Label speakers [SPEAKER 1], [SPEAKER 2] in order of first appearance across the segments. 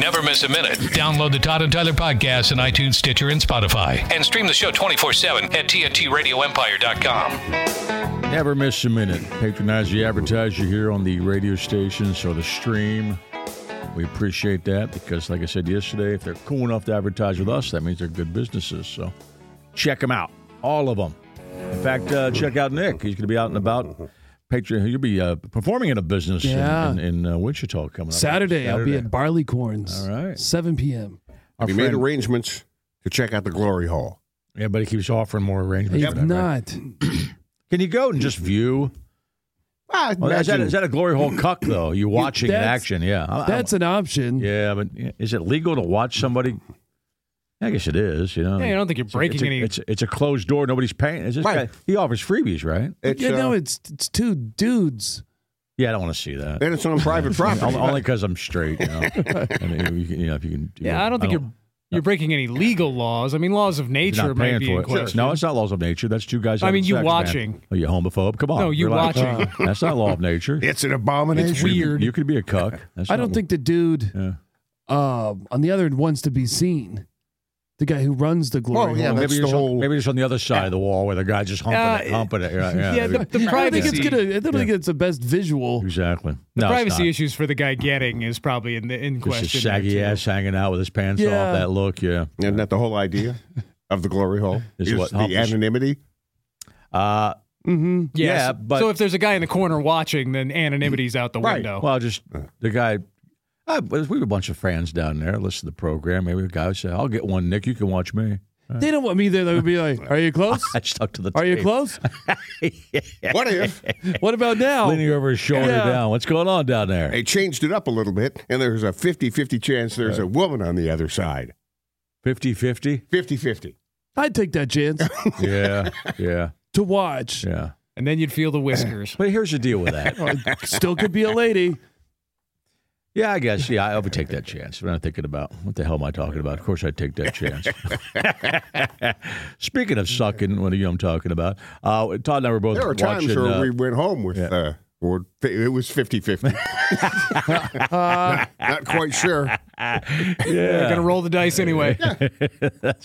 [SPEAKER 1] Never miss a minute. Download the Todd and Tyler podcast on iTunes, Stitcher, and Spotify. And stream the show 24 7 at TNTRadioEmpire.com.
[SPEAKER 2] Never miss a minute. Patronize the advertiser here on the radio stations or the stream. We appreciate that because, like I said yesterday, if they're cool enough to advertise with us, that means they're good businesses. So check them out, all of them. In fact, uh, check out Nick. He's going to be out and about. Patreon, you'll be uh, performing in a business in-
[SPEAKER 3] Yeah.
[SPEAKER 2] in, in, uh, Wichita coming up.
[SPEAKER 3] Saturday, I'll be
[SPEAKER 2] Saturday.
[SPEAKER 3] at Barleycorns.
[SPEAKER 2] All right.
[SPEAKER 3] 7 p.m.
[SPEAKER 2] Our
[SPEAKER 4] We made
[SPEAKER 2] friend-
[SPEAKER 4] arrangements to check out the Glory Hall.
[SPEAKER 2] Yeah, but he keeps offering more arrangements.
[SPEAKER 3] If
[SPEAKER 2] for that, right?
[SPEAKER 3] not,
[SPEAKER 2] Can you go and just view?
[SPEAKER 4] Ah,
[SPEAKER 2] Well, is, that,
[SPEAKER 4] imagine-
[SPEAKER 2] is that a glory hole cuck though? You watching in
[SPEAKER 3] that's-
[SPEAKER 2] action? Yeah, I- I-
[SPEAKER 3] that's an option.
[SPEAKER 2] yeah, but is it legal to watch somebody? I guess it is. You know,
[SPEAKER 5] Yeah, I don't think you're
[SPEAKER 2] It's a-
[SPEAKER 5] breaking
[SPEAKER 2] it's a,
[SPEAKER 5] any-
[SPEAKER 2] It's, it's a closed door. Nobody's paying. Is this
[SPEAKER 4] Right.
[SPEAKER 2] guy- he offers freebies, right?
[SPEAKER 4] it's,
[SPEAKER 3] you know,
[SPEAKER 4] uh,
[SPEAKER 3] it's, it's two dudes.
[SPEAKER 2] Yeah, I don't want to see that.
[SPEAKER 4] and it's on private property.
[SPEAKER 2] Only- Only because I'm straight. You know, I mean, you, can, you know if you can. do
[SPEAKER 5] Yeah,
[SPEAKER 2] that.
[SPEAKER 5] I don't think you're you're breaking any legal laws. I mean, laws of
[SPEAKER 2] He's not
[SPEAKER 5] nature
[SPEAKER 2] paying
[SPEAKER 5] might be
[SPEAKER 2] for
[SPEAKER 5] in
[SPEAKER 2] it.
[SPEAKER 5] question.
[SPEAKER 2] No, it's not laws of nature. That's two guys.
[SPEAKER 5] I
[SPEAKER 2] having
[SPEAKER 5] mean, you
[SPEAKER 2] sex, man.
[SPEAKER 5] watching.
[SPEAKER 2] Are you homophobe? Come on.
[SPEAKER 5] No, you
[SPEAKER 2] relax.
[SPEAKER 5] watching.
[SPEAKER 2] That's not law of nature.
[SPEAKER 4] it's an abomination.
[SPEAKER 5] It's weird.
[SPEAKER 2] You could be a cuck. That's
[SPEAKER 3] I
[SPEAKER 2] not-
[SPEAKER 3] don't think the dude
[SPEAKER 2] Yeah.
[SPEAKER 3] um, on the other end wants to be seen. The guy who runs the glory.
[SPEAKER 4] Oh, yeah,
[SPEAKER 3] hole.
[SPEAKER 4] that's
[SPEAKER 2] Maybe
[SPEAKER 4] the
[SPEAKER 2] just, on,
[SPEAKER 4] whole.
[SPEAKER 2] maybe just on the other side of the wall where the guy's just humping
[SPEAKER 5] Uh,
[SPEAKER 2] it, humping it. Yeah, yeah.
[SPEAKER 5] yeah, the,
[SPEAKER 3] I
[SPEAKER 5] the
[SPEAKER 3] don't think it's
[SPEAKER 5] privacy,
[SPEAKER 3] gonna. I don't think it's the best visual.
[SPEAKER 2] exactly.
[SPEAKER 5] the
[SPEAKER 2] no, it's
[SPEAKER 5] privacy
[SPEAKER 2] not.
[SPEAKER 5] issues for the guy getting is probably in the in
[SPEAKER 2] Just
[SPEAKER 5] question.
[SPEAKER 2] a
[SPEAKER 5] there,
[SPEAKER 2] saggy
[SPEAKER 5] too.
[SPEAKER 2] ass hanging out with his pants
[SPEAKER 3] Yeah.
[SPEAKER 2] off. That look, yeah.
[SPEAKER 4] Isn't that the whole idea of the Glory Hall?
[SPEAKER 2] Is what
[SPEAKER 4] the
[SPEAKER 2] humbles-
[SPEAKER 4] anonymity?
[SPEAKER 2] Uh,
[SPEAKER 3] Mm-hmm.
[SPEAKER 5] Yeah,
[SPEAKER 2] Yeah,
[SPEAKER 5] so-
[SPEAKER 2] but-
[SPEAKER 5] so if there's a guy in the corner watching, then anonymity's out the
[SPEAKER 2] right.
[SPEAKER 5] window.
[SPEAKER 2] Well, just the guy. I, we have a bunch of fans down there. Listen to the program. Maybe the guy said, "I'll get one, Nick. You can watch me."
[SPEAKER 3] They don't want me there. They would be like, "Are you close?
[SPEAKER 2] I stuck to the.
[SPEAKER 3] Are you
[SPEAKER 2] tape.
[SPEAKER 3] close?
[SPEAKER 4] What if
[SPEAKER 3] What about now?"
[SPEAKER 2] Leaning over his shoulder
[SPEAKER 3] Oh. Yeah.
[SPEAKER 2] down. What's going on down there?
[SPEAKER 4] they changed it up a little bit and there's a 50 50 chance there's a woman on the other side?
[SPEAKER 2] 50-50?
[SPEAKER 4] 50 50.
[SPEAKER 3] I'd take that chance
[SPEAKER 2] Yeah, yeah,
[SPEAKER 3] to watch.
[SPEAKER 2] yeah.
[SPEAKER 5] and then you'd feel the whiskers.
[SPEAKER 2] But here's the deal with that.
[SPEAKER 3] Still could be a lady.
[SPEAKER 2] Yeah, I guess. Yeah, I would take that chance. What am I thinking about? What the hell am I talking about? Of course, I'd take that chance. Speaking of sucking, what are you I'm talking about? Uh, Todd and I were both
[SPEAKER 4] There were times
[SPEAKER 2] watching.
[SPEAKER 4] where
[SPEAKER 2] uh,
[SPEAKER 4] we went home with, uh, or it was 50 50. Not quite sure.
[SPEAKER 5] They're
[SPEAKER 2] yeah,
[SPEAKER 5] gonna roll the dice anyway.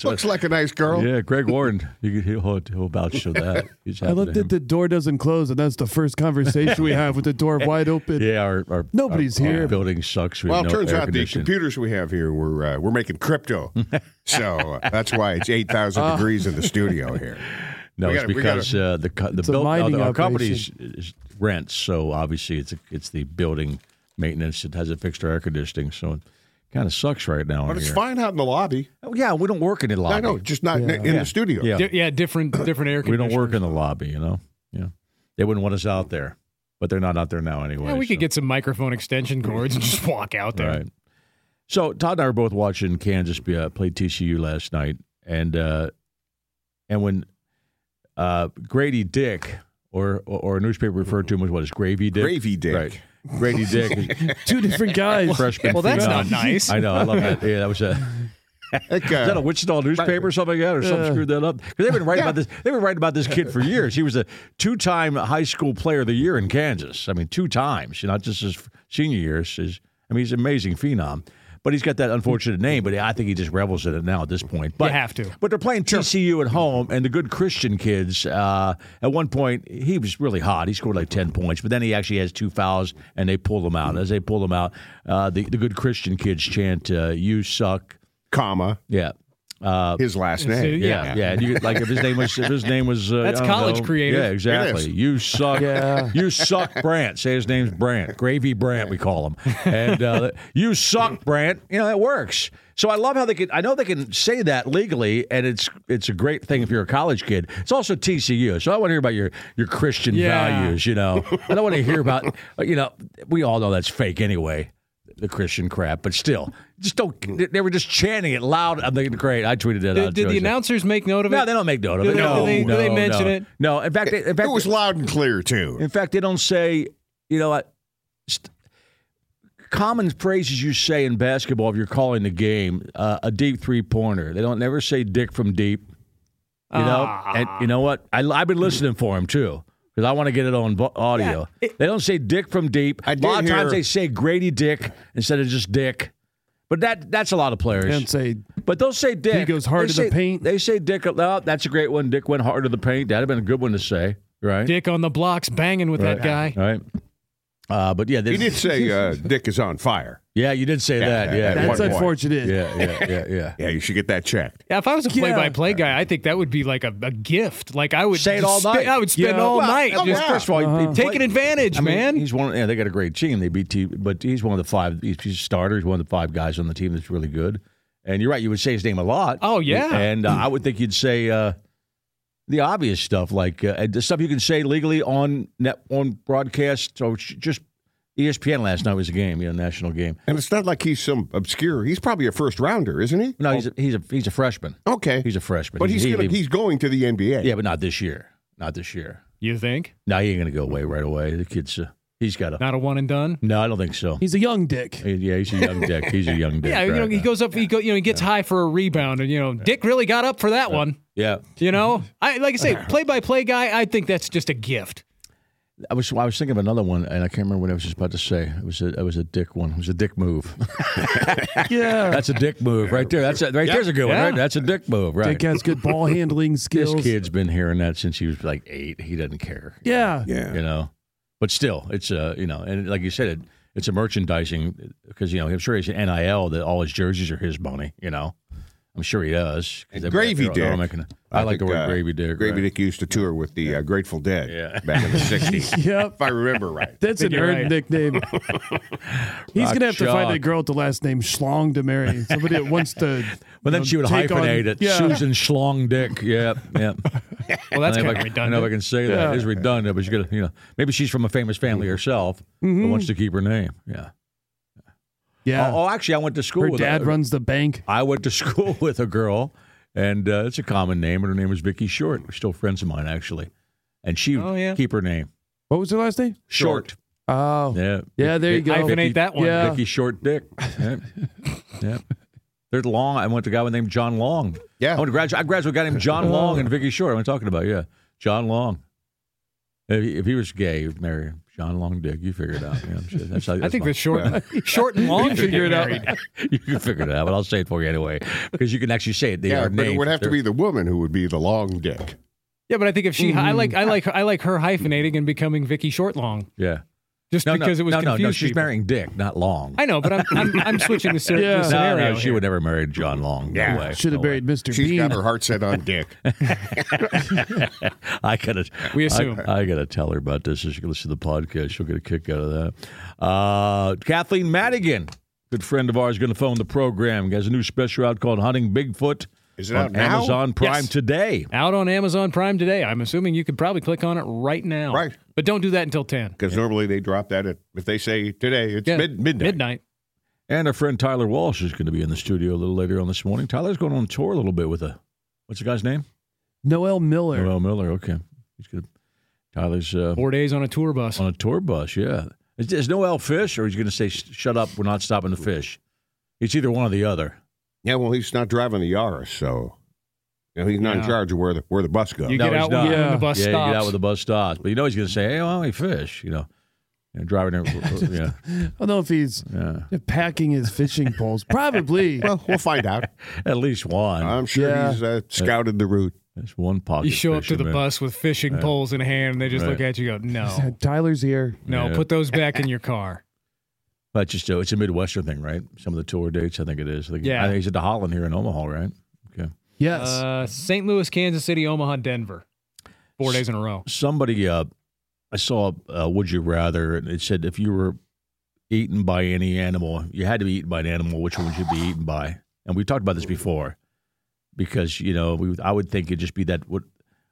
[SPEAKER 4] Looks like a nice girl.
[SPEAKER 2] yeah, Greg Warren. You could, he'll, he'll- he'll vouch for that. He's
[SPEAKER 3] I love that the door doesn't close, and that's the first conversation we have with the door wide open.
[SPEAKER 2] yeah, our, our
[SPEAKER 3] Nobody's
[SPEAKER 2] our- our
[SPEAKER 3] here.
[SPEAKER 2] building sucks. We
[SPEAKER 4] Well,
[SPEAKER 2] have
[SPEAKER 4] it
[SPEAKER 2] no
[SPEAKER 4] turns
[SPEAKER 2] air
[SPEAKER 4] out the
[SPEAKER 2] conditioning.
[SPEAKER 4] computers we have here we're uh, we're making crypto, so uh, that's why it's eight thousand degrees in the studio here.
[SPEAKER 2] No,
[SPEAKER 4] we
[SPEAKER 2] it's
[SPEAKER 4] gotta- we
[SPEAKER 2] because uh, the co- the
[SPEAKER 3] a
[SPEAKER 2] build, uh,
[SPEAKER 3] mining
[SPEAKER 2] the- our company's
[SPEAKER 3] operation.
[SPEAKER 2] is rents. So obviously, it's it's the building maintenance that hasn't fixed our air conditioning. So it Kind of sucks right now.
[SPEAKER 4] But
[SPEAKER 2] in
[SPEAKER 4] it's
[SPEAKER 2] here.
[SPEAKER 4] fine out in the lobby.
[SPEAKER 2] Oh, Yeah, we don't work in the lobby.
[SPEAKER 4] I know, just not in-
[SPEAKER 3] Yeah.
[SPEAKER 4] in the studio.
[SPEAKER 2] Yeah,
[SPEAKER 5] Di- yeah, different different air.
[SPEAKER 2] we don't work in the lobby. You know. Yeah, they wouldn't want us out there, but they're not out there now anyway.
[SPEAKER 5] Yeah, we
[SPEAKER 2] so-
[SPEAKER 5] could get some microphone extension cords and just walk out there.
[SPEAKER 2] Right. So Todd and I were both watching Kansas be- uh, play TCU last night, and uh, and when uh, Grady Dick or or a newspaper referred to him as what is Gravy Dick?
[SPEAKER 4] Gravy Dick.
[SPEAKER 2] Right. Grady Dick,
[SPEAKER 3] Two different guys.
[SPEAKER 2] freshman.
[SPEAKER 5] Well, that's not
[SPEAKER 2] phenom.
[SPEAKER 5] nice.
[SPEAKER 2] I know. I love that. Yeah, that was a.
[SPEAKER 4] Heck,
[SPEAKER 2] Is that a
[SPEAKER 4] uh,
[SPEAKER 2] Wichita newspaper or something like that, or
[SPEAKER 5] Uh,
[SPEAKER 2] something screwed that up? Because they've been writing about this. They've been writing about this kid for years. He was a two-time high school player of the year in Kansas. I mean, two times, not just his senior years. His, I mean, he's an amazing phenom. But he's got that unfortunate name. But I think he just revels in it now at this point. But
[SPEAKER 5] have to.
[SPEAKER 2] But they're playing TCU at home, and the good Christian kids. Uh, at one point, he was really hot. He scored like ten points, but then he actually has two fouls, and they pull him out. As they pull him out, uh, the the good Christian kids chant, uh, "You suck."
[SPEAKER 4] comma,
[SPEAKER 2] Yeah. Uh,
[SPEAKER 4] his last
[SPEAKER 5] So,
[SPEAKER 4] name.
[SPEAKER 2] yeah, yeah. And you could, like if his name was if his name was uh,
[SPEAKER 5] That's
[SPEAKER 2] I don't
[SPEAKER 5] college
[SPEAKER 2] know.
[SPEAKER 5] creative.
[SPEAKER 2] Yeah, exactly.
[SPEAKER 4] It is.
[SPEAKER 2] You suck.
[SPEAKER 3] Yeah.
[SPEAKER 2] You suck, Brant. Say his name's Brant. Gravy Brant, we call him. And uh, you suck, Brant. You know that works. So I love how they can. I know they can say that legally, and it's it's a great thing if you're a college kid. It's also TCU. So I want to hear about your your Christian
[SPEAKER 5] Yeah.
[SPEAKER 2] values. You know, I don't want to hear about. You know, we all know that's fake anyway. The Christian crap, but still, just don't. They were just chanting it loud. I'm thinking, great. I tweeted that out.
[SPEAKER 5] Did, did
[SPEAKER 2] too. I
[SPEAKER 5] the
[SPEAKER 2] said,
[SPEAKER 5] announcers make note of it?
[SPEAKER 2] no, they don't make note of
[SPEAKER 5] Do
[SPEAKER 2] it.
[SPEAKER 5] they-
[SPEAKER 2] no,
[SPEAKER 5] do they-
[SPEAKER 2] no,
[SPEAKER 5] do they mention
[SPEAKER 2] no.
[SPEAKER 5] it?
[SPEAKER 2] No. In fact, in fact,
[SPEAKER 4] It was loud and clear, too.
[SPEAKER 2] in fact, they don't say. You know what? St- common phrases you say in basketball if you're calling the game uh, a deep three pointer. They don't never say "dick from deep." You know,
[SPEAKER 5] Ah.
[SPEAKER 2] and you know what? I, I've been listening for him too. Because I want to get it on vo- audio. they don't say "dick from deep."
[SPEAKER 4] I
[SPEAKER 2] a lot of
[SPEAKER 4] did
[SPEAKER 2] times
[SPEAKER 4] hear-
[SPEAKER 2] they say "Grady Dick" instead of just "Dick," but that—that's a lot of players.
[SPEAKER 3] And say,
[SPEAKER 2] But they'll say Dick.
[SPEAKER 3] goes hard
[SPEAKER 2] They
[SPEAKER 3] to the
[SPEAKER 2] say-
[SPEAKER 3] paint.
[SPEAKER 2] They say Dick. Oh, that's a great one. Dick went hard to the paint. That'd have been a good one to say, right?
[SPEAKER 5] Dick on the blocks banging with that guy.
[SPEAKER 2] Right. Uh, but yeah,
[SPEAKER 4] He
[SPEAKER 2] this,
[SPEAKER 4] did say uh, Dick is on fire.
[SPEAKER 2] yeah, you did say that. Yeah,
[SPEAKER 4] at
[SPEAKER 3] that's
[SPEAKER 4] one point.
[SPEAKER 3] unfortunate.
[SPEAKER 2] yeah, yeah, yeah, yeah.
[SPEAKER 4] Yeah, you should get that checked.
[SPEAKER 5] Yeah, if I was a play-by-play guy, I think that would be like a, a gift. Like I would
[SPEAKER 2] Say it
[SPEAKER 5] just
[SPEAKER 2] all
[SPEAKER 5] spe-
[SPEAKER 2] night.
[SPEAKER 5] I would spend
[SPEAKER 2] Yeah.
[SPEAKER 5] all
[SPEAKER 4] Well,
[SPEAKER 5] night
[SPEAKER 4] oh,
[SPEAKER 5] just Uh-huh.
[SPEAKER 4] yeah.
[SPEAKER 2] First of all, he- he
[SPEAKER 5] taking
[SPEAKER 2] played-
[SPEAKER 5] advantage,
[SPEAKER 2] I mean,
[SPEAKER 5] man.
[SPEAKER 2] He's one. Yeah, they got a great team. They beat, T, but he's one of the five. He's, he's a starter. He's one of the five guys on the team that's really good. And you're right. You would say his name a lot.
[SPEAKER 5] Oh, yeah.
[SPEAKER 2] And uh, I would think you'd say uh, the obvious stuff, like uh, and the stuff you can say legally on net on broadcast. So it's just E ESPN last night was a game, you know, national game.
[SPEAKER 4] And it's not like he's some obscure. He's probably a first rounder, isn't he?
[SPEAKER 2] No, he's a, he's a he's a freshman.
[SPEAKER 4] Okay.
[SPEAKER 2] He's a freshman.
[SPEAKER 4] but
[SPEAKER 2] He-
[SPEAKER 4] he's
[SPEAKER 2] he-
[SPEAKER 4] gonna,
[SPEAKER 2] he-
[SPEAKER 4] he's going to the NBA.
[SPEAKER 2] yeah, but not this year. Not this year.
[SPEAKER 5] You think?
[SPEAKER 2] No, he ain't gonna go away right away. The kid's uh, he's got a.
[SPEAKER 5] Not a one and done.
[SPEAKER 2] No, I don't think so.
[SPEAKER 3] He's a young dick.
[SPEAKER 2] Yeah, he's a young dick. He's a young dick.
[SPEAKER 5] Yeah, you know,
[SPEAKER 2] right.
[SPEAKER 5] he goes up. He go, you know, he gets high for a rebound, and you know, Dick really got up for that one.
[SPEAKER 2] Yeah.
[SPEAKER 5] You know, I like I say, play-by-play guy. I think that's just a gift.
[SPEAKER 2] I was I was thinking of another one, and I can't remember what I was just about to say. It was a it was a dick one. It was a dick move.
[SPEAKER 3] Yeah.
[SPEAKER 2] That's a dick move right there. That's a, right there's a good one.
[SPEAKER 5] Yeah.
[SPEAKER 2] Right? That's a dick move. Right.
[SPEAKER 3] Dick has good ball handling
[SPEAKER 2] this
[SPEAKER 3] skills.
[SPEAKER 2] kid's been hearing that since he was like eight. He doesn't care.
[SPEAKER 3] Yeah.
[SPEAKER 4] Yeah.
[SPEAKER 2] You know, but still, it's a you know, and like you said, it, it's a merchandising because you know I'm sure he's an NIL that all his jerseys are his money. You know, I'm sure he does. 'cause
[SPEAKER 4] And
[SPEAKER 2] they're-
[SPEAKER 4] Gravy
[SPEAKER 2] they're- they're all
[SPEAKER 4] Dick.
[SPEAKER 2] making- I, like the
[SPEAKER 4] think,
[SPEAKER 2] word
[SPEAKER 4] uh,
[SPEAKER 2] gravy dick.
[SPEAKER 4] Gravy
[SPEAKER 2] right.
[SPEAKER 4] Dick used to tour with the uh, Grateful Dead
[SPEAKER 2] Yeah.
[SPEAKER 4] back in the 60s,
[SPEAKER 3] Yep.
[SPEAKER 4] if I remember right.
[SPEAKER 3] That's a
[SPEAKER 5] Think you're
[SPEAKER 3] nerd
[SPEAKER 5] right.
[SPEAKER 3] nickname. He's
[SPEAKER 2] Rock
[SPEAKER 3] gonna have to find
[SPEAKER 2] chalk.
[SPEAKER 3] a girl with the last name Schlong to marry. Somebody that wants to.
[SPEAKER 2] But then
[SPEAKER 3] you know,
[SPEAKER 2] she would
[SPEAKER 3] take on-
[SPEAKER 2] hyphenate it.
[SPEAKER 3] Yeah.
[SPEAKER 2] Susan Schlong Dick. Yeah, yeah. I don't
[SPEAKER 5] Well, that's
[SPEAKER 2] know
[SPEAKER 5] kind
[SPEAKER 2] if
[SPEAKER 5] of
[SPEAKER 2] I- I don't know if I
[SPEAKER 5] redundant.
[SPEAKER 2] can say that.
[SPEAKER 3] Yeah.
[SPEAKER 2] It is redundant, but you got to, you know, maybe she's from a famous family herself, but wants to keep her name. Yeah.
[SPEAKER 3] Yeah.
[SPEAKER 2] Oh, oh, actually, I went to school
[SPEAKER 3] Her
[SPEAKER 2] with
[SPEAKER 3] dad
[SPEAKER 2] a,
[SPEAKER 3] runs the bank.
[SPEAKER 2] I went to school with a girl, and uh, it's a common name, and her name was Vicky Short. We're still friends of mine, actually. And she would
[SPEAKER 5] Oh, yeah.
[SPEAKER 2] keep her name
[SPEAKER 3] What was her last name?
[SPEAKER 2] Short.
[SPEAKER 3] Oh. Yeah.
[SPEAKER 2] Yeah.
[SPEAKER 3] there you go.
[SPEAKER 5] Hyphenate that one.
[SPEAKER 3] Yeah.
[SPEAKER 2] Vicky Short Dick. Yeah. yeah. There's Long. I went to a guy named John Long. I
[SPEAKER 4] Yeah.
[SPEAKER 2] went to graduate. I graduated with a guy named
[SPEAKER 3] Oh.
[SPEAKER 2] John Long and Vicky Short. I'm talking about yeah, John Long. If he, if he was gay, he'd marry John Long Dick. You figure it out. Yeah, I'm sure. that's, how-
[SPEAKER 5] I
[SPEAKER 2] that's
[SPEAKER 5] think
[SPEAKER 2] my-
[SPEAKER 5] the short, short and long. Figure it out.
[SPEAKER 2] you can figure it out, but I'll say it for you anyway because you can actually say it. They
[SPEAKER 4] Yeah,
[SPEAKER 2] are
[SPEAKER 4] but it
[SPEAKER 2] named-
[SPEAKER 4] would have to
[SPEAKER 2] they're-
[SPEAKER 4] be the woman who would be the long dick.
[SPEAKER 5] Yeah, but I think if she, I like, I
[SPEAKER 2] Mm-hmm.
[SPEAKER 5] like, I like her hyphenating and becoming Vicky Short Long,
[SPEAKER 2] Yeah.
[SPEAKER 5] just
[SPEAKER 2] No, no,
[SPEAKER 5] because it was
[SPEAKER 2] no, no,
[SPEAKER 5] confused.
[SPEAKER 2] no. She's
[SPEAKER 5] people.
[SPEAKER 2] marrying Dick, not Long.
[SPEAKER 5] I know, but I'm, I'm, I'm switching the, ser-
[SPEAKER 3] Yeah.
[SPEAKER 5] the
[SPEAKER 3] No,
[SPEAKER 2] no,
[SPEAKER 5] scenario.
[SPEAKER 2] no, she
[SPEAKER 5] here.
[SPEAKER 2] would never married John Long. No
[SPEAKER 4] Yeah.
[SPEAKER 2] way.
[SPEAKER 3] Should have
[SPEAKER 2] No way.
[SPEAKER 3] buried Mr.
[SPEAKER 4] She's
[SPEAKER 3] Bean.
[SPEAKER 4] got her heart set on dick.
[SPEAKER 2] I gotta.
[SPEAKER 5] We assume.
[SPEAKER 2] I, I gotta tell her about this as she listens to the podcast. She'll get a kick out of that. Uh, Kathleen Madigan Good friend of ours going to phone the program. He has a new special out called Hunting Bigfoot
[SPEAKER 4] Is it
[SPEAKER 2] on
[SPEAKER 4] out now?
[SPEAKER 2] Amazon Prime
[SPEAKER 5] Yes.
[SPEAKER 2] today.
[SPEAKER 5] Out on Amazon Prime today. I'm assuming you could probably click on it right now.
[SPEAKER 4] Right.
[SPEAKER 5] But don't do that until 10.
[SPEAKER 4] Because normally they drop that at, if they say today, it's
[SPEAKER 5] Yeah,
[SPEAKER 4] mid, midnight.
[SPEAKER 5] Midnight.
[SPEAKER 2] And our friend Tyler Walsh is going to be in the studio a little later on this morning. Tyler's going on tour a little bit with a what's the guy's name?
[SPEAKER 3] Noel Miller.
[SPEAKER 2] Noel Miller. Okay, he's good. Tyler's uh,
[SPEAKER 5] Four days on a tour bus.
[SPEAKER 2] on a tour bus. Yeah, is, is Noel fish, or he's going to say, "Shut up, we're not stopping to fish." It's either one or the other.
[SPEAKER 4] Yeah, well, he's not driving the Yaris, so you know, he's not in
[SPEAKER 5] Yeah.
[SPEAKER 4] charge of where the where the bus goes.
[SPEAKER 5] You
[SPEAKER 2] No,
[SPEAKER 5] get
[SPEAKER 2] he's
[SPEAKER 5] out
[SPEAKER 2] not.
[SPEAKER 5] when
[SPEAKER 3] Yeah.
[SPEAKER 5] the bus
[SPEAKER 2] yeah, you
[SPEAKER 5] stops.
[SPEAKER 2] get out with the bus stops, but you know he's going to say, "Hey, well, we fish," you know, and driving. there- yeah,
[SPEAKER 3] I don't know if he's
[SPEAKER 2] yeah,
[SPEAKER 3] packing his fishing poles. Probably.
[SPEAKER 4] well, we'll find out.
[SPEAKER 2] at least one.
[SPEAKER 4] I'm sure
[SPEAKER 3] Yeah.
[SPEAKER 4] he's uh, scouted the route.
[SPEAKER 2] That's one pocket.
[SPEAKER 5] you show up to the
[SPEAKER 2] fisherman.
[SPEAKER 5] bus with fishing poles in hand, and they just look
[SPEAKER 2] Right.
[SPEAKER 5] at you and go, no,
[SPEAKER 3] Tyler's here.
[SPEAKER 5] no,
[SPEAKER 2] Yeah.
[SPEAKER 5] put those back in your car.
[SPEAKER 2] But just uh, it's a Midwestern thing, right? Some of the tour dates, I think it is. I think,
[SPEAKER 5] Yeah.
[SPEAKER 2] I think he's at the Holland here in Omaha, right? Okay.
[SPEAKER 3] Yes.
[SPEAKER 5] Uh, St. Louis, Kansas City, Omaha, Denver. Four days in a row.
[SPEAKER 2] Somebody, uh, I saw. Uh, Would you rather? And it said if you were eaten by any animal, you had to be eaten by an animal. Which one would you be eaten by? And we talked about this before, because you know, we, I would think it'd just be that what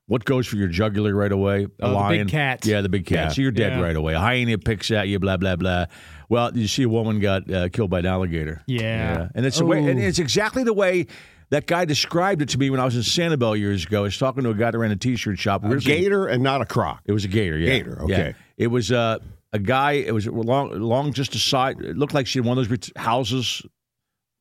[SPEAKER 2] what goes for your jugular right away? A
[SPEAKER 5] Oh, the big
[SPEAKER 2] lion,
[SPEAKER 5] cat.
[SPEAKER 2] yeah, the big cat.
[SPEAKER 5] Yeah.
[SPEAKER 2] So you're dead
[SPEAKER 5] Yeah.
[SPEAKER 2] right away. A hyena picks at you, blah blah blah. Well, you see, a woman got uh, killed by an alligator.
[SPEAKER 5] Yeah.
[SPEAKER 2] And it's the way, and
[SPEAKER 3] Oh.
[SPEAKER 2] it's exactly the way that guy described it to me when I was in Sanibel years ago. I was talking to a guy that ran a t-shirt shop.
[SPEAKER 4] A gator and not a croc.
[SPEAKER 2] It was a gator. Yeah.
[SPEAKER 4] Gator,
[SPEAKER 2] Yeah.
[SPEAKER 4] okay.
[SPEAKER 2] It was uh, a guy. It was long, long just a side. It looked like she had one of those ret- houses,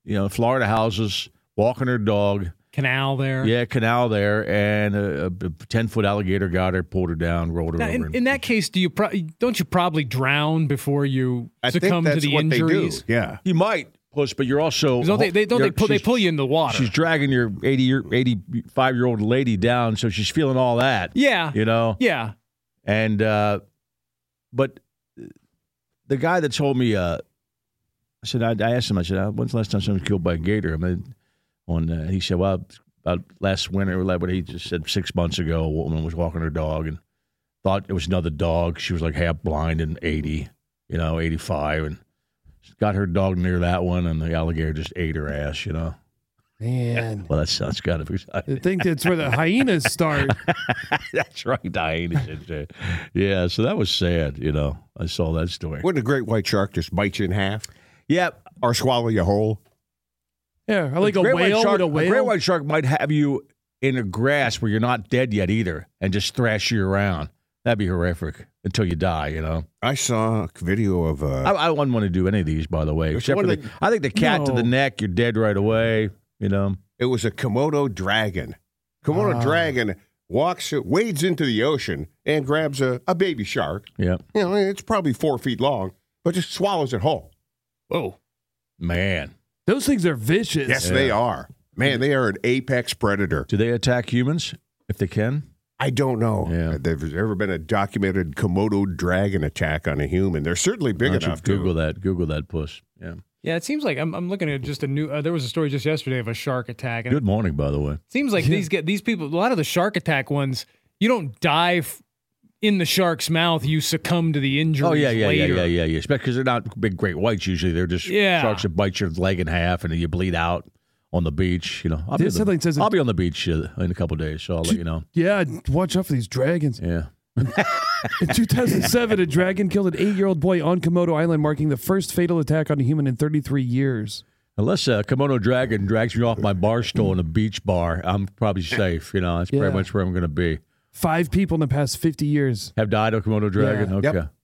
[SPEAKER 2] you know, Florida houses, walking her dog.
[SPEAKER 5] Canal there.
[SPEAKER 2] Yeah, canal there, and a, a ten foot alligator got her, pulled her down, rolled her
[SPEAKER 5] Now,
[SPEAKER 2] over.
[SPEAKER 5] in,
[SPEAKER 2] and-
[SPEAKER 5] in that case, do you pro- don't you probably drown before you
[SPEAKER 4] I
[SPEAKER 5] succumb
[SPEAKER 4] think that's
[SPEAKER 5] to the
[SPEAKER 4] what
[SPEAKER 5] injuries?
[SPEAKER 4] they do. Yeah.
[SPEAKER 2] you might push, but you're also
[SPEAKER 5] 'Cause Don't they, they don't they
[SPEAKER 2] you're-
[SPEAKER 5] pull, they
[SPEAKER 2] she's-
[SPEAKER 5] pull you in the water?
[SPEAKER 2] She's dragging your 80 year, 85 year old lady down, so she's feeling all that.
[SPEAKER 5] yeah.
[SPEAKER 2] You know?
[SPEAKER 5] Yeah.
[SPEAKER 2] And, uh, but the guy that told me, uh, I said, I, I asked him, I said, "Uh, when's the last time someone was killed by a gator? I mean, on, uh, he said, well, about last winter, or like what he just said six months ago, a woman was walking her dog and thought it was another dog. She was like half blind and 80, you know, 85, and got her dog near that one, and the alligator just ate her ass, you know?
[SPEAKER 3] Man.
[SPEAKER 2] Well, that sounds kind of exciting.
[SPEAKER 3] I think that's where the hyenas start.
[SPEAKER 2] That's right, Diane. yeah, so that was sad. You know, I saw that story.
[SPEAKER 4] Wouldn't a great white shark just bite you in half
[SPEAKER 2] Yeah,
[SPEAKER 4] or swallow you whole?
[SPEAKER 3] Yeah, I like a
[SPEAKER 2] great
[SPEAKER 3] whale
[SPEAKER 2] white shark.
[SPEAKER 3] with a
[SPEAKER 2] great
[SPEAKER 3] whale.
[SPEAKER 2] white shark might have you in a grass where you're not dead yet either, and just thrash you around. That'd be horrific until you die. You know,
[SPEAKER 4] I saw a video of uh,
[SPEAKER 2] I, I wouldn't want to do any of these, by the way.
[SPEAKER 4] There's
[SPEAKER 2] Except for
[SPEAKER 4] one
[SPEAKER 2] the,
[SPEAKER 4] that-
[SPEAKER 2] I think the cat to the
[SPEAKER 3] No.
[SPEAKER 2] neck, you're dead right away. You know,
[SPEAKER 4] it was a Komodo dragon. Komodo dragon walks, uh, wades into the ocean and grabs a, a baby shark.
[SPEAKER 2] yeah,
[SPEAKER 4] You know, it's probably four feet long, but just swallows it whole.
[SPEAKER 5] Whoa.
[SPEAKER 2] man.
[SPEAKER 3] Those things are vicious.
[SPEAKER 4] Yes,
[SPEAKER 2] Yeah.
[SPEAKER 4] they are. Man, they are an apex predator.
[SPEAKER 2] Do they attack humans if they can?
[SPEAKER 4] I don't know
[SPEAKER 2] Yeah.
[SPEAKER 4] if there's ever been a documented Komodo dragon attack on a human. They're certainly big
[SPEAKER 2] Why don't you
[SPEAKER 4] enough. to-
[SPEAKER 2] Google that. Google that puss. Yeah.
[SPEAKER 5] Yeah, it seems like I'm, I'm looking at just a new. Uh, there was a story just yesterday of a shark attack, and
[SPEAKER 2] Good morning, by the way.
[SPEAKER 5] it seems like these get these people. A lot of the shark attack ones, you don't die f- in the shark's mouth. You succumb to the injuries.
[SPEAKER 2] Oh yeah, yeah, yeah,
[SPEAKER 5] later.
[SPEAKER 2] yeah, yeah, yeah. Because they're not big great whites usually. They're just
[SPEAKER 5] Yeah.
[SPEAKER 2] sharks that bite your leg in half and then you bleed out on the beach. You know, I'll, be,
[SPEAKER 3] There's
[SPEAKER 2] on the,
[SPEAKER 3] something that says-
[SPEAKER 2] I'll be on the beach uh, in a couple of days, so I'll let you know.
[SPEAKER 3] Yeah, watch out for these dragons.
[SPEAKER 2] Yeah,
[SPEAKER 3] In 2007, a dragon killed an eight-year-old boy on Komodo Island, marking the first fatal attack on a human in 33 years.
[SPEAKER 2] unless a kimono dragon drags me off my bar stool in a beach bar, I'm probably safe. You know, that's
[SPEAKER 3] Yeah.
[SPEAKER 2] pretty much where I'm going to be.
[SPEAKER 3] Five people in the past 50 years.
[SPEAKER 2] Have died of kimono dragon.
[SPEAKER 3] Yeah.
[SPEAKER 2] Okay,
[SPEAKER 4] Yep.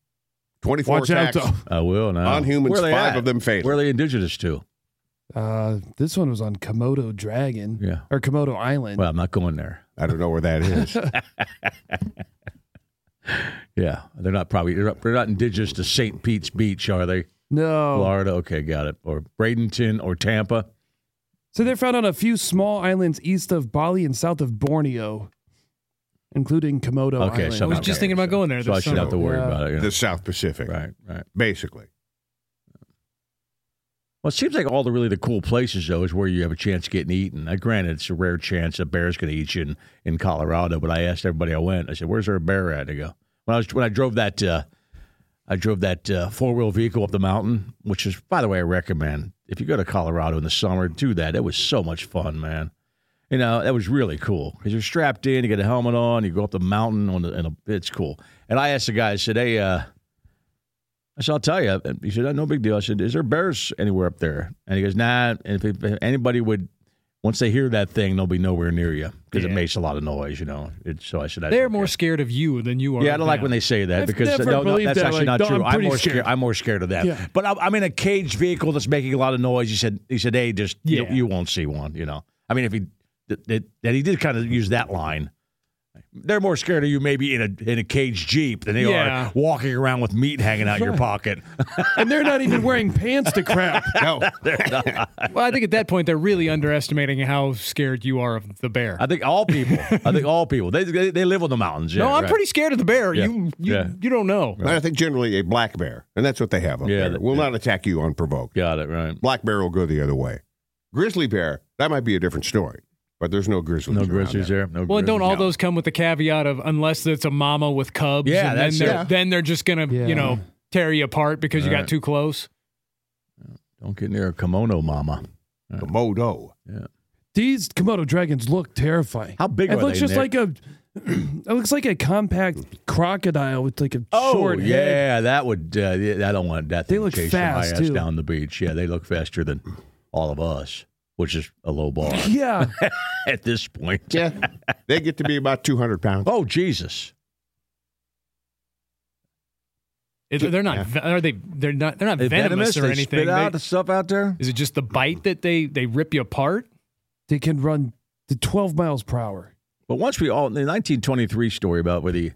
[SPEAKER 4] 24
[SPEAKER 3] Watch out,
[SPEAKER 4] attacks.
[SPEAKER 3] though.
[SPEAKER 2] I will now.
[SPEAKER 4] On humans,
[SPEAKER 2] Where are they
[SPEAKER 4] five
[SPEAKER 2] at?
[SPEAKER 4] of them fatal.
[SPEAKER 2] Where are they indigenous to?
[SPEAKER 3] Uh, this one was on Komodo Dragon.
[SPEAKER 2] Yeah.
[SPEAKER 3] Or Komodo Island.
[SPEAKER 2] Well, I'm not going there.
[SPEAKER 4] I don't know where that is.
[SPEAKER 2] Yeah, they're not probably they're not, they're not indigenous to St. Pete's Beach, are they?
[SPEAKER 3] no.
[SPEAKER 2] Florida. Okay, got it. Or Bradenton or Tampa.
[SPEAKER 3] So they're found on a few small islands east of Bali and south of Borneo, including Komodo
[SPEAKER 2] Okay,
[SPEAKER 3] Island.
[SPEAKER 2] so
[SPEAKER 5] I was just
[SPEAKER 2] Okay,
[SPEAKER 5] thinking about going there.
[SPEAKER 2] So I
[SPEAKER 5] this
[SPEAKER 2] should have
[SPEAKER 5] summer.
[SPEAKER 2] to worry
[SPEAKER 3] Yeah.
[SPEAKER 2] about it. you know.
[SPEAKER 4] the South Pacific,
[SPEAKER 2] Right, right.
[SPEAKER 4] basically.
[SPEAKER 2] Well, it seems like all the really the cool places though is where you have a chance of getting eaten. Now, granted, it's a rare chance a bear's going to eat you in, in Colorado, but I asked everybody I went. I said, "Where's there a bear at?" They go, "When I was when I drove that, uh, I drove that uh, four wheel vehicle up the mountain, which is, by the way, I recommend. If you go to Colorado in the summer, do that. It was so much fun, man. You know, that was really cool because you're strapped in, you get a helmet on, you go up the mountain on the, and a, it's cool. And I asked the guy, I said, "Hey, uh, I said, I'll tell you." And he said, "Oh, "No big deal." I said, "Is there bears anywhere up there?" And he goes, "Nah." And if, if anybody would, once they hear that thing, they'll be nowhere near you because it makes a lot of noise. You know. It, so I said, "That's
[SPEAKER 5] They're
[SPEAKER 2] okay."
[SPEAKER 5] more scared of you than you are.
[SPEAKER 2] Yeah, I
[SPEAKER 5] of
[SPEAKER 2] don't like when
[SPEAKER 5] them.
[SPEAKER 2] they say that
[SPEAKER 3] I've
[SPEAKER 2] because uh,
[SPEAKER 3] never
[SPEAKER 2] no, no,
[SPEAKER 3] believed
[SPEAKER 2] that's
[SPEAKER 3] that.
[SPEAKER 2] actually not
[SPEAKER 3] Like, no,
[SPEAKER 2] true.
[SPEAKER 3] I'm pretty
[SPEAKER 2] more
[SPEAKER 3] scared.
[SPEAKER 2] I'm more scared of that.
[SPEAKER 3] Yeah.
[SPEAKER 2] But I'm, I'm in a caged vehicle that's making a lot of noise. He said. He said, "Hey, just you-
[SPEAKER 5] Yeah.
[SPEAKER 2] you, won't see one." You know. I mean, if he that, that, that he did kind of use that line. They're more scared of you maybe in a in a caged jeep than they
[SPEAKER 5] Yeah.
[SPEAKER 2] are walking around with meat hanging out your pocket.
[SPEAKER 3] and they're not even wearing pants to crap.
[SPEAKER 4] No.
[SPEAKER 5] Well, I think at that point they're really underestimating how scared you are of the bear.
[SPEAKER 2] I think all people. I think all people. They they, they live on the mountains. Yeah,
[SPEAKER 5] no, I'm
[SPEAKER 2] right.
[SPEAKER 5] pretty scared of the bear.
[SPEAKER 2] Yeah.
[SPEAKER 5] You, you,
[SPEAKER 2] Yeah.
[SPEAKER 5] you don't know.
[SPEAKER 4] But I think generally a black bear, and that's what they have up
[SPEAKER 2] Yeah,
[SPEAKER 4] there,
[SPEAKER 2] that-
[SPEAKER 4] will not attack you unprovoked.
[SPEAKER 2] Got it right.
[SPEAKER 4] Black bear will go the other way. Grizzly bear, that might be a different story, but there's no grizzlies.
[SPEAKER 2] No
[SPEAKER 4] around
[SPEAKER 2] grizzlies
[SPEAKER 4] there.
[SPEAKER 2] there. No.
[SPEAKER 5] Well, and don't
[SPEAKER 2] grizzlies.
[SPEAKER 5] all those come with the caveat of unless it's a mama with cubs?
[SPEAKER 2] Yeah,
[SPEAKER 5] and
[SPEAKER 2] that's-
[SPEAKER 5] then they're,
[SPEAKER 4] yeah.
[SPEAKER 5] then they're just gonna
[SPEAKER 3] Yeah.
[SPEAKER 5] you know tear you apart because you
[SPEAKER 2] All
[SPEAKER 5] got
[SPEAKER 2] right.
[SPEAKER 5] too close.
[SPEAKER 2] Don't get near a kimono, mama.
[SPEAKER 4] The Modo.
[SPEAKER 3] These Komodo dragons look terrifying.
[SPEAKER 2] How big
[SPEAKER 3] it
[SPEAKER 2] are
[SPEAKER 3] looks
[SPEAKER 2] they,
[SPEAKER 3] just
[SPEAKER 2] Nick?
[SPEAKER 3] like a it looks like a compact crocodile with like a
[SPEAKER 2] Oh
[SPEAKER 3] short
[SPEAKER 2] yeah,
[SPEAKER 3] head.
[SPEAKER 2] that would. Uh, yeah, I don't want that.
[SPEAKER 3] They
[SPEAKER 2] thing
[SPEAKER 3] look
[SPEAKER 2] chasing
[SPEAKER 3] fast,
[SPEAKER 2] my ass
[SPEAKER 3] too.
[SPEAKER 2] down the beach. Yeah, they look faster than all of us, which is a low bar
[SPEAKER 3] Yeah.
[SPEAKER 2] at this point.
[SPEAKER 4] Yeah. they get to be about 200 pounds.
[SPEAKER 2] Oh Jesus!
[SPEAKER 5] Is- They're not. ve- Are they? They're not. They're not
[SPEAKER 2] They
[SPEAKER 5] venomous, or
[SPEAKER 2] they
[SPEAKER 5] anything.
[SPEAKER 2] Spit
[SPEAKER 5] They-
[SPEAKER 2] out the stuff out there.
[SPEAKER 5] is it just the bite that they they rip you apart?
[SPEAKER 3] they can run to 12 miles per hour.
[SPEAKER 2] But once we all the 1923 story about where the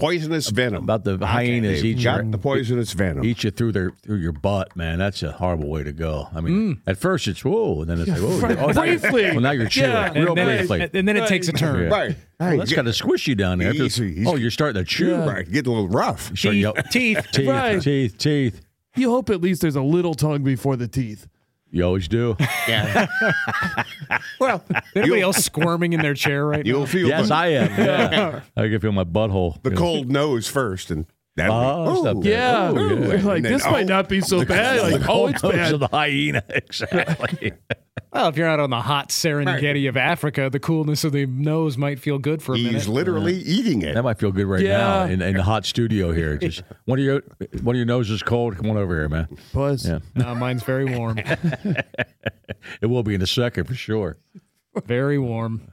[SPEAKER 4] Poisonous venom.
[SPEAKER 2] about the hyenas
[SPEAKER 4] They've
[SPEAKER 2] eat
[SPEAKER 4] got
[SPEAKER 2] your-
[SPEAKER 4] the poisonous venom.
[SPEAKER 2] eat you through their through your butt, man. That's a horrible way to go. I mean, at first it's whoa, and then it's like whoa.
[SPEAKER 3] right.
[SPEAKER 2] oh, now you're-
[SPEAKER 3] Briefly.
[SPEAKER 2] well, now you're chewing
[SPEAKER 3] Yeah,
[SPEAKER 2] real
[SPEAKER 5] and then,
[SPEAKER 2] briefly.
[SPEAKER 5] It, and then it takes a turn.
[SPEAKER 2] Yeah.
[SPEAKER 4] Right.
[SPEAKER 2] Well, oh, that's kind of squishy down there. After-
[SPEAKER 4] Easy, easy.
[SPEAKER 2] Oh, you're starting to chew.
[SPEAKER 4] Right. Get a little rough.
[SPEAKER 2] You're starting to yell-
[SPEAKER 5] Teeth.
[SPEAKER 2] teeth,
[SPEAKER 3] Right.
[SPEAKER 2] teeth, teeth.
[SPEAKER 3] You hope at least there's a little tongue before the teeth.
[SPEAKER 2] You always do.
[SPEAKER 4] Yeah. well,
[SPEAKER 5] Anybody else squirming in their chair right now?
[SPEAKER 4] you'll feel
[SPEAKER 2] yes,
[SPEAKER 4] the,
[SPEAKER 2] I am. Yeah. I can feel my butthole.
[SPEAKER 4] the
[SPEAKER 2] Yeah.
[SPEAKER 4] cold nose first, and that'll
[SPEAKER 2] Oh,
[SPEAKER 4] be,
[SPEAKER 2] stop
[SPEAKER 4] Ooh.
[SPEAKER 2] that.
[SPEAKER 3] Yeah.
[SPEAKER 2] Ooh, yeah.
[SPEAKER 3] You're Like,
[SPEAKER 4] And then,
[SPEAKER 3] this might
[SPEAKER 4] oh,
[SPEAKER 3] not be so bad. Like, oh, it's
[SPEAKER 2] Nose
[SPEAKER 3] bad.
[SPEAKER 2] of the hyena. Exactly.
[SPEAKER 5] Well, if you're out on the hot Serengeti of Africa, the coolness of the nose might feel good for a
[SPEAKER 4] He's
[SPEAKER 5] minute.
[SPEAKER 4] literally eating it.
[SPEAKER 2] that might feel good right now
[SPEAKER 3] Yeah.
[SPEAKER 2] in, in the hot studio here. Just one of your one of your noses cold. Come on over here, man.
[SPEAKER 3] Plus,
[SPEAKER 2] Yeah.
[SPEAKER 5] Uh, mine's very warm.
[SPEAKER 2] It will be in a second for sure.
[SPEAKER 5] Very warm.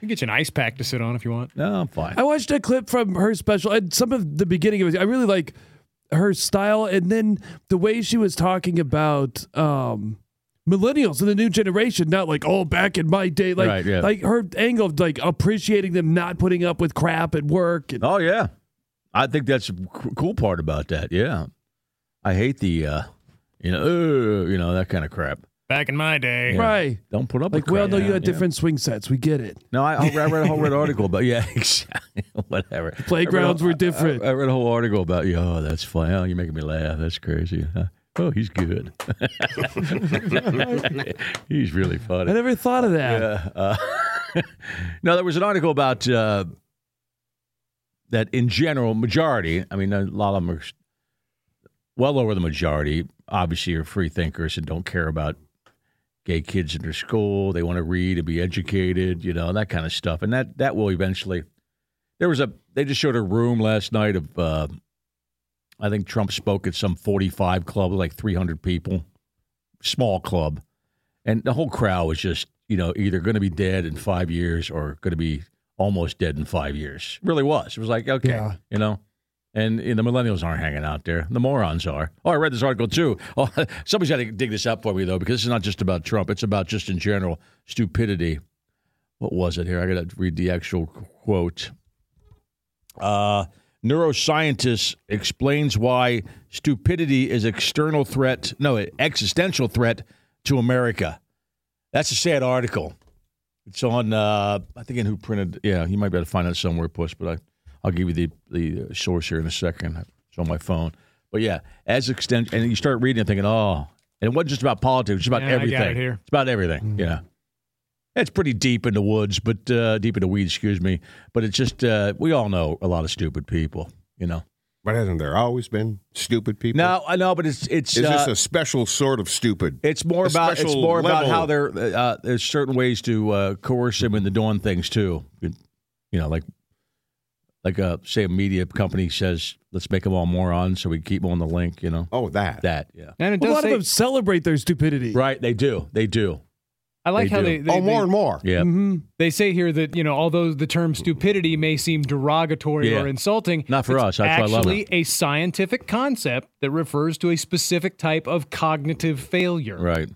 [SPEAKER 5] You can get you an ice pack to sit on if you want.
[SPEAKER 2] No, I'm fine.
[SPEAKER 3] I watched a clip from her special and some of the beginning of it. I really like her style and then the way she was talking about um millennials and the new generation, not like, oh, back in my day. Like,
[SPEAKER 2] Right, yeah.
[SPEAKER 3] like her angle of like appreciating them not putting up with crap at work. And,
[SPEAKER 2] Oh yeah, I think that's the c- cool part about that. Yeah, I hate the uh, you know uh, you know that kind of crap.
[SPEAKER 5] Back in my day.
[SPEAKER 2] Yeah.
[SPEAKER 3] Right.
[SPEAKER 2] Don't put up
[SPEAKER 3] Like,
[SPEAKER 2] with
[SPEAKER 3] we all
[SPEAKER 2] crap.
[SPEAKER 3] know you
[SPEAKER 2] Yeah,
[SPEAKER 3] had
[SPEAKER 2] yeah.
[SPEAKER 3] different swing sets. We get it.
[SPEAKER 2] No, I, I read I read a whole read article about yeah, exactly. Whatever.
[SPEAKER 3] Playgrounds
[SPEAKER 2] I read a-
[SPEAKER 3] were different.
[SPEAKER 2] I, I read a whole article about you. Oh, that's funny. Oh, you're making me laugh. That's crazy. Huh? Oh, he's good. he's really
[SPEAKER 3] I
[SPEAKER 2] funny.
[SPEAKER 3] never thought of that.
[SPEAKER 2] Uh, uh, no, there was an article about uh, that in general, majority, I mean, a lot of them are well over the majority, obviously, are free thinkers and don't care about gay kids in their school. They want to read and be educated, you know, that kind of stuff. And that, that will eventually, There was a they just showed a room last night of uh, I think Trump spoke at some 45 club, like 300 people, small club, and the whole crowd was just you know either going to be dead in five years or going to be almost dead in five years. Really was. It was like okay,
[SPEAKER 3] Yeah.
[SPEAKER 2] you know. And you know, the millennials aren't hanging out there. The morons are. Oh, I read this article too. Oh, somebody's got to dig this up for me though, because this is not just about Trump. It's about just in general stupidity. What was it here? I got to read the actual quote. Uh, neuroscientist explains why stupidity is external threat, no, existential threat to America. That's a sad article. It's on, uh, I think, in who printed. Yeah, you might be able to find it somewhere, Puss. But I, I'll give you the the uh, source here in a second. It's on my phone. But yeah, as extent, and you start reading and thinking, oh, and it wasn't just about politics; it's about
[SPEAKER 5] Yeah, I got it
[SPEAKER 2] everything.
[SPEAKER 5] here. Mm-hmm.
[SPEAKER 2] It's about everything. Yeah. It's pretty deep in the woods, but uh, deep in the weeds, excuse me. But it's just uh, we all know a lot of stupid people, you know.
[SPEAKER 4] But hasn't there always been stupid people?
[SPEAKER 2] No, I know, but it's it's
[SPEAKER 4] Is
[SPEAKER 2] uh,
[SPEAKER 4] this a special sort of stupid?
[SPEAKER 2] it's more
[SPEAKER 4] a
[SPEAKER 2] about it's
[SPEAKER 4] special
[SPEAKER 2] more about
[SPEAKER 4] level?
[SPEAKER 2] how they're uh, there's certain ways to uh, coerce him into doing things too. You know, like like uh, say a media company says, let's make them all morons, so we keep them on the link. You know
[SPEAKER 4] oh, that.
[SPEAKER 2] that, yeah,
[SPEAKER 5] And it
[SPEAKER 3] a
[SPEAKER 5] does
[SPEAKER 3] lot
[SPEAKER 5] say,
[SPEAKER 3] of them celebrate their stupidity.
[SPEAKER 2] right? They do, they do,
[SPEAKER 5] I like
[SPEAKER 2] they
[SPEAKER 5] how
[SPEAKER 2] do.
[SPEAKER 5] they, they,
[SPEAKER 4] oh,
[SPEAKER 5] they- mm-hmm.
[SPEAKER 4] more and more.
[SPEAKER 2] yeah.
[SPEAKER 3] Mm.
[SPEAKER 5] they say here that you know although the term stupidity may seem derogatory
[SPEAKER 2] Yeah.
[SPEAKER 5] or insulting
[SPEAKER 2] Not for
[SPEAKER 5] it's
[SPEAKER 2] us. That's why I love
[SPEAKER 5] actually a scientific concept that refers to a specific type of cognitive failure
[SPEAKER 2] Right.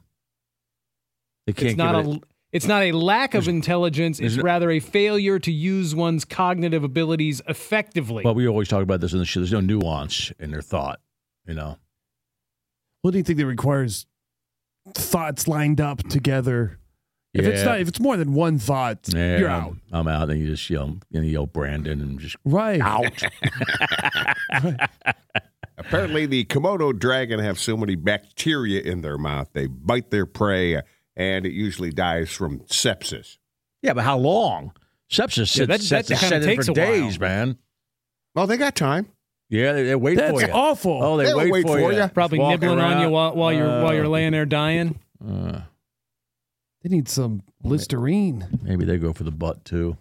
[SPEAKER 2] They can't
[SPEAKER 5] it's not
[SPEAKER 2] give it
[SPEAKER 5] a it's not a lack of intelligence it's rather a failure to use one's cognitive abilities effectively
[SPEAKER 2] Well, we always talk about this in the show. There's no nuance in their thought, you know.
[SPEAKER 3] What do you think that requires thoughts lined up together? If it's
[SPEAKER 2] Yeah.
[SPEAKER 3] not, if it's more than one thought,
[SPEAKER 2] Yeah,
[SPEAKER 3] you're
[SPEAKER 2] I'm-
[SPEAKER 3] out.
[SPEAKER 2] I'm out, and you just yell, and you yell Brandon, and just
[SPEAKER 3] Right.
[SPEAKER 2] out.
[SPEAKER 4] Apparently, the Komodo dragon have so many bacteria in their mouth, they bite their prey, and it usually dies from sepsis.
[SPEAKER 2] yeah, but how long? Sepsis sits,
[SPEAKER 5] Yeah, that-
[SPEAKER 2] sets
[SPEAKER 5] that
[SPEAKER 2] a
[SPEAKER 5] kinda
[SPEAKER 2] sentence
[SPEAKER 5] takes
[SPEAKER 2] for
[SPEAKER 5] a while.
[SPEAKER 2] days, man.
[SPEAKER 4] Oh, they got time.
[SPEAKER 2] Yeah, they, they wait
[SPEAKER 3] That's
[SPEAKER 2] for you.
[SPEAKER 3] awful.
[SPEAKER 2] Oh, they,
[SPEAKER 4] They'll
[SPEAKER 2] wait, for you.
[SPEAKER 5] probably
[SPEAKER 2] Walking
[SPEAKER 5] nibbling on you
[SPEAKER 2] around.
[SPEAKER 5] while, while you're while you're
[SPEAKER 2] Uh,
[SPEAKER 5] laying there dying
[SPEAKER 2] uh,
[SPEAKER 3] They need some Listerine.
[SPEAKER 2] maybe they go for the butt too.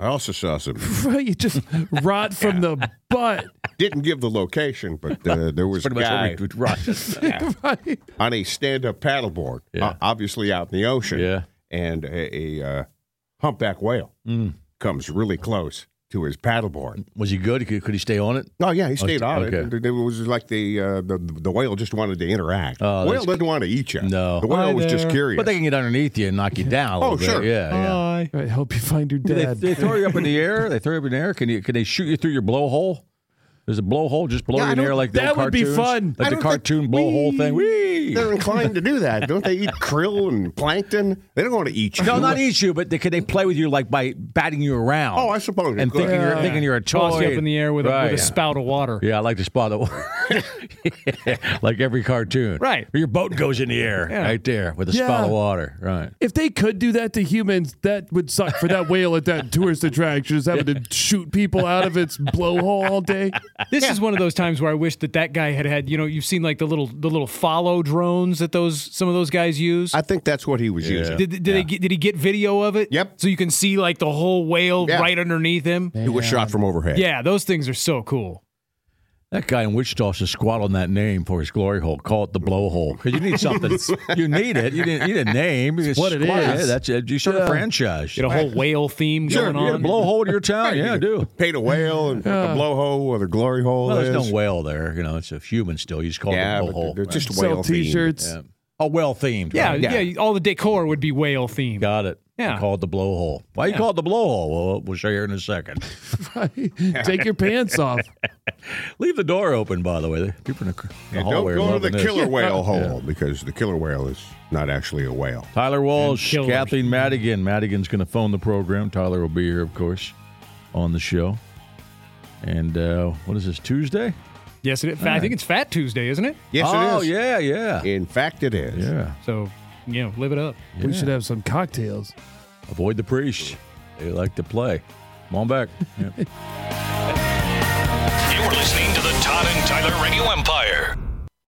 [SPEAKER 4] I also saw some.
[SPEAKER 3] Right, you just rot from the butt.
[SPEAKER 4] Didn't give the location, but uh, there was a
[SPEAKER 2] Pretty much what
[SPEAKER 4] guy
[SPEAKER 2] we do- right.
[SPEAKER 3] Right.
[SPEAKER 4] on a stand-up paddleboard,
[SPEAKER 2] Yeah.
[SPEAKER 4] uh, obviously out in the ocean,
[SPEAKER 2] Yeah.
[SPEAKER 4] and a, a uh, humpback whale
[SPEAKER 2] Mm.
[SPEAKER 4] comes really close to his paddleboard.
[SPEAKER 2] Was he good? Could, could he stay on it?
[SPEAKER 4] Oh yeah, he stayed
[SPEAKER 2] Oh,
[SPEAKER 4] on
[SPEAKER 2] okay.
[SPEAKER 4] it. It- It was like the, uh, the the whale just wanted to interact.
[SPEAKER 2] Oh,
[SPEAKER 4] whale
[SPEAKER 2] that's-
[SPEAKER 4] didn't want to eat you.
[SPEAKER 2] No.
[SPEAKER 4] the whale
[SPEAKER 5] Hi
[SPEAKER 4] was just
[SPEAKER 5] there.
[SPEAKER 4] curious.
[SPEAKER 2] But they can get underneath you and knock you down. a
[SPEAKER 4] Oh,
[SPEAKER 2] little bit.
[SPEAKER 4] sure.
[SPEAKER 2] Yeah, yeah.
[SPEAKER 5] Hi.
[SPEAKER 3] Right, help you find your
[SPEAKER 2] Do they,
[SPEAKER 3] dad.
[SPEAKER 2] they throw you up in the air? They throw you up in the air. Can you? Can they shoot you through your blowhole? There's a blowhole just below
[SPEAKER 4] Yeah,
[SPEAKER 2] you
[SPEAKER 4] I
[SPEAKER 2] in the air
[SPEAKER 4] don't-
[SPEAKER 2] like the
[SPEAKER 3] that
[SPEAKER 2] old
[SPEAKER 3] would be
[SPEAKER 2] cartoons?
[SPEAKER 3] fun.
[SPEAKER 4] I
[SPEAKER 2] like the
[SPEAKER 4] don't
[SPEAKER 2] cartoon blowhole thing. Whee!
[SPEAKER 4] They're inclined to do that, don't they? Eat krill and plankton. They don't want to eat you.
[SPEAKER 2] No, not eat you, but they, can they play with you like by batting you around?
[SPEAKER 4] Oh, I suppose.
[SPEAKER 2] and
[SPEAKER 4] Good.
[SPEAKER 2] thinking you're
[SPEAKER 3] Yeah.
[SPEAKER 2] thinking you're a toy.
[SPEAKER 5] toss you up in the air with, a,
[SPEAKER 2] Right.
[SPEAKER 5] with a spout of water
[SPEAKER 2] Yeah, I like to spot it. yeah, like every cartoon.
[SPEAKER 5] Right.
[SPEAKER 2] Your boat goes in the air right there with a
[SPEAKER 3] Yeah.
[SPEAKER 2] spout of water. Right.
[SPEAKER 3] if they could do that to humans, that would suck for that whale at that tourist attraction, just having to shoot people out of its blowhole all day.
[SPEAKER 5] This is one of those times where I wish that that guy had had. You know, you've seen like the little the little follow drones that those some of those guys use.
[SPEAKER 4] I think that's what he was using.
[SPEAKER 5] did did, they get, did he get video of it?
[SPEAKER 4] Yep.
[SPEAKER 5] So you can see like the whole whale
[SPEAKER 4] Yeah.
[SPEAKER 5] right underneath him.
[SPEAKER 4] It was shot from overhead.
[SPEAKER 5] Yeah, those things are so cool.
[SPEAKER 2] That guy in Wichita should squat on that name for his glory hole. Call it the blowhole because you need something. you need it. You need, you need a name. You
[SPEAKER 3] what it
[SPEAKER 2] squat.
[SPEAKER 3] is.
[SPEAKER 2] Yeah, that's it. You start a franchise.
[SPEAKER 5] Get a whole whole whale theme
[SPEAKER 4] Sure,
[SPEAKER 5] going
[SPEAKER 4] yeah,
[SPEAKER 2] Get a
[SPEAKER 5] on.
[SPEAKER 2] blowhole to your town. Yeah, I do.
[SPEAKER 4] Paint a whale and put the blowhole or the glory hole.
[SPEAKER 2] Uh. Well, there's
[SPEAKER 4] is.
[SPEAKER 2] no whale there. You know, it's a human still. You just call
[SPEAKER 4] Yeah,
[SPEAKER 2] it a blowhole.
[SPEAKER 4] but they're just
[SPEAKER 3] Sell
[SPEAKER 4] whale themed.
[SPEAKER 3] t-shirts.
[SPEAKER 2] Yeah. Oh, well themed.
[SPEAKER 5] yeah,
[SPEAKER 2] right?
[SPEAKER 5] yeah, All the decor would be whale themed.
[SPEAKER 2] Got it.
[SPEAKER 5] Yeah.
[SPEAKER 2] You call it the blowhole. Why you call it the blowhole? Well, we'll show you here in a second.
[SPEAKER 3] Right? Take your pants off.
[SPEAKER 2] Leave the door open, by the way. People in the, in the
[SPEAKER 4] Yeah, don't
[SPEAKER 2] hallway are
[SPEAKER 4] go to the
[SPEAKER 2] loving this.
[SPEAKER 4] killer whale hole because the killer whale is not actually a whale.
[SPEAKER 2] Tyler Walsh,
[SPEAKER 5] And killers.
[SPEAKER 2] Kathleen Madigan. Madigan's going to phone the program. Tyler will be here, of course, on the show. And uh, what is this, Tuesday?
[SPEAKER 5] Yes, it is. I think it's Fat Tuesday, isn't it?
[SPEAKER 4] Yes,
[SPEAKER 2] oh,
[SPEAKER 4] it is.
[SPEAKER 2] yeah, yeah.
[SPEAKER 4] In fact, it is.
[SPEAKER 2] Yeah.
[SPEAKER 5] So you know, live it up.
[SPEAKER 3] We should have some cocktails.
[SPEAKER 2] Avoid the priest. They like to play. Come on back. Yeah.
[SPEAKER 1] You're listening to the Todd and Tyler Radio Empire.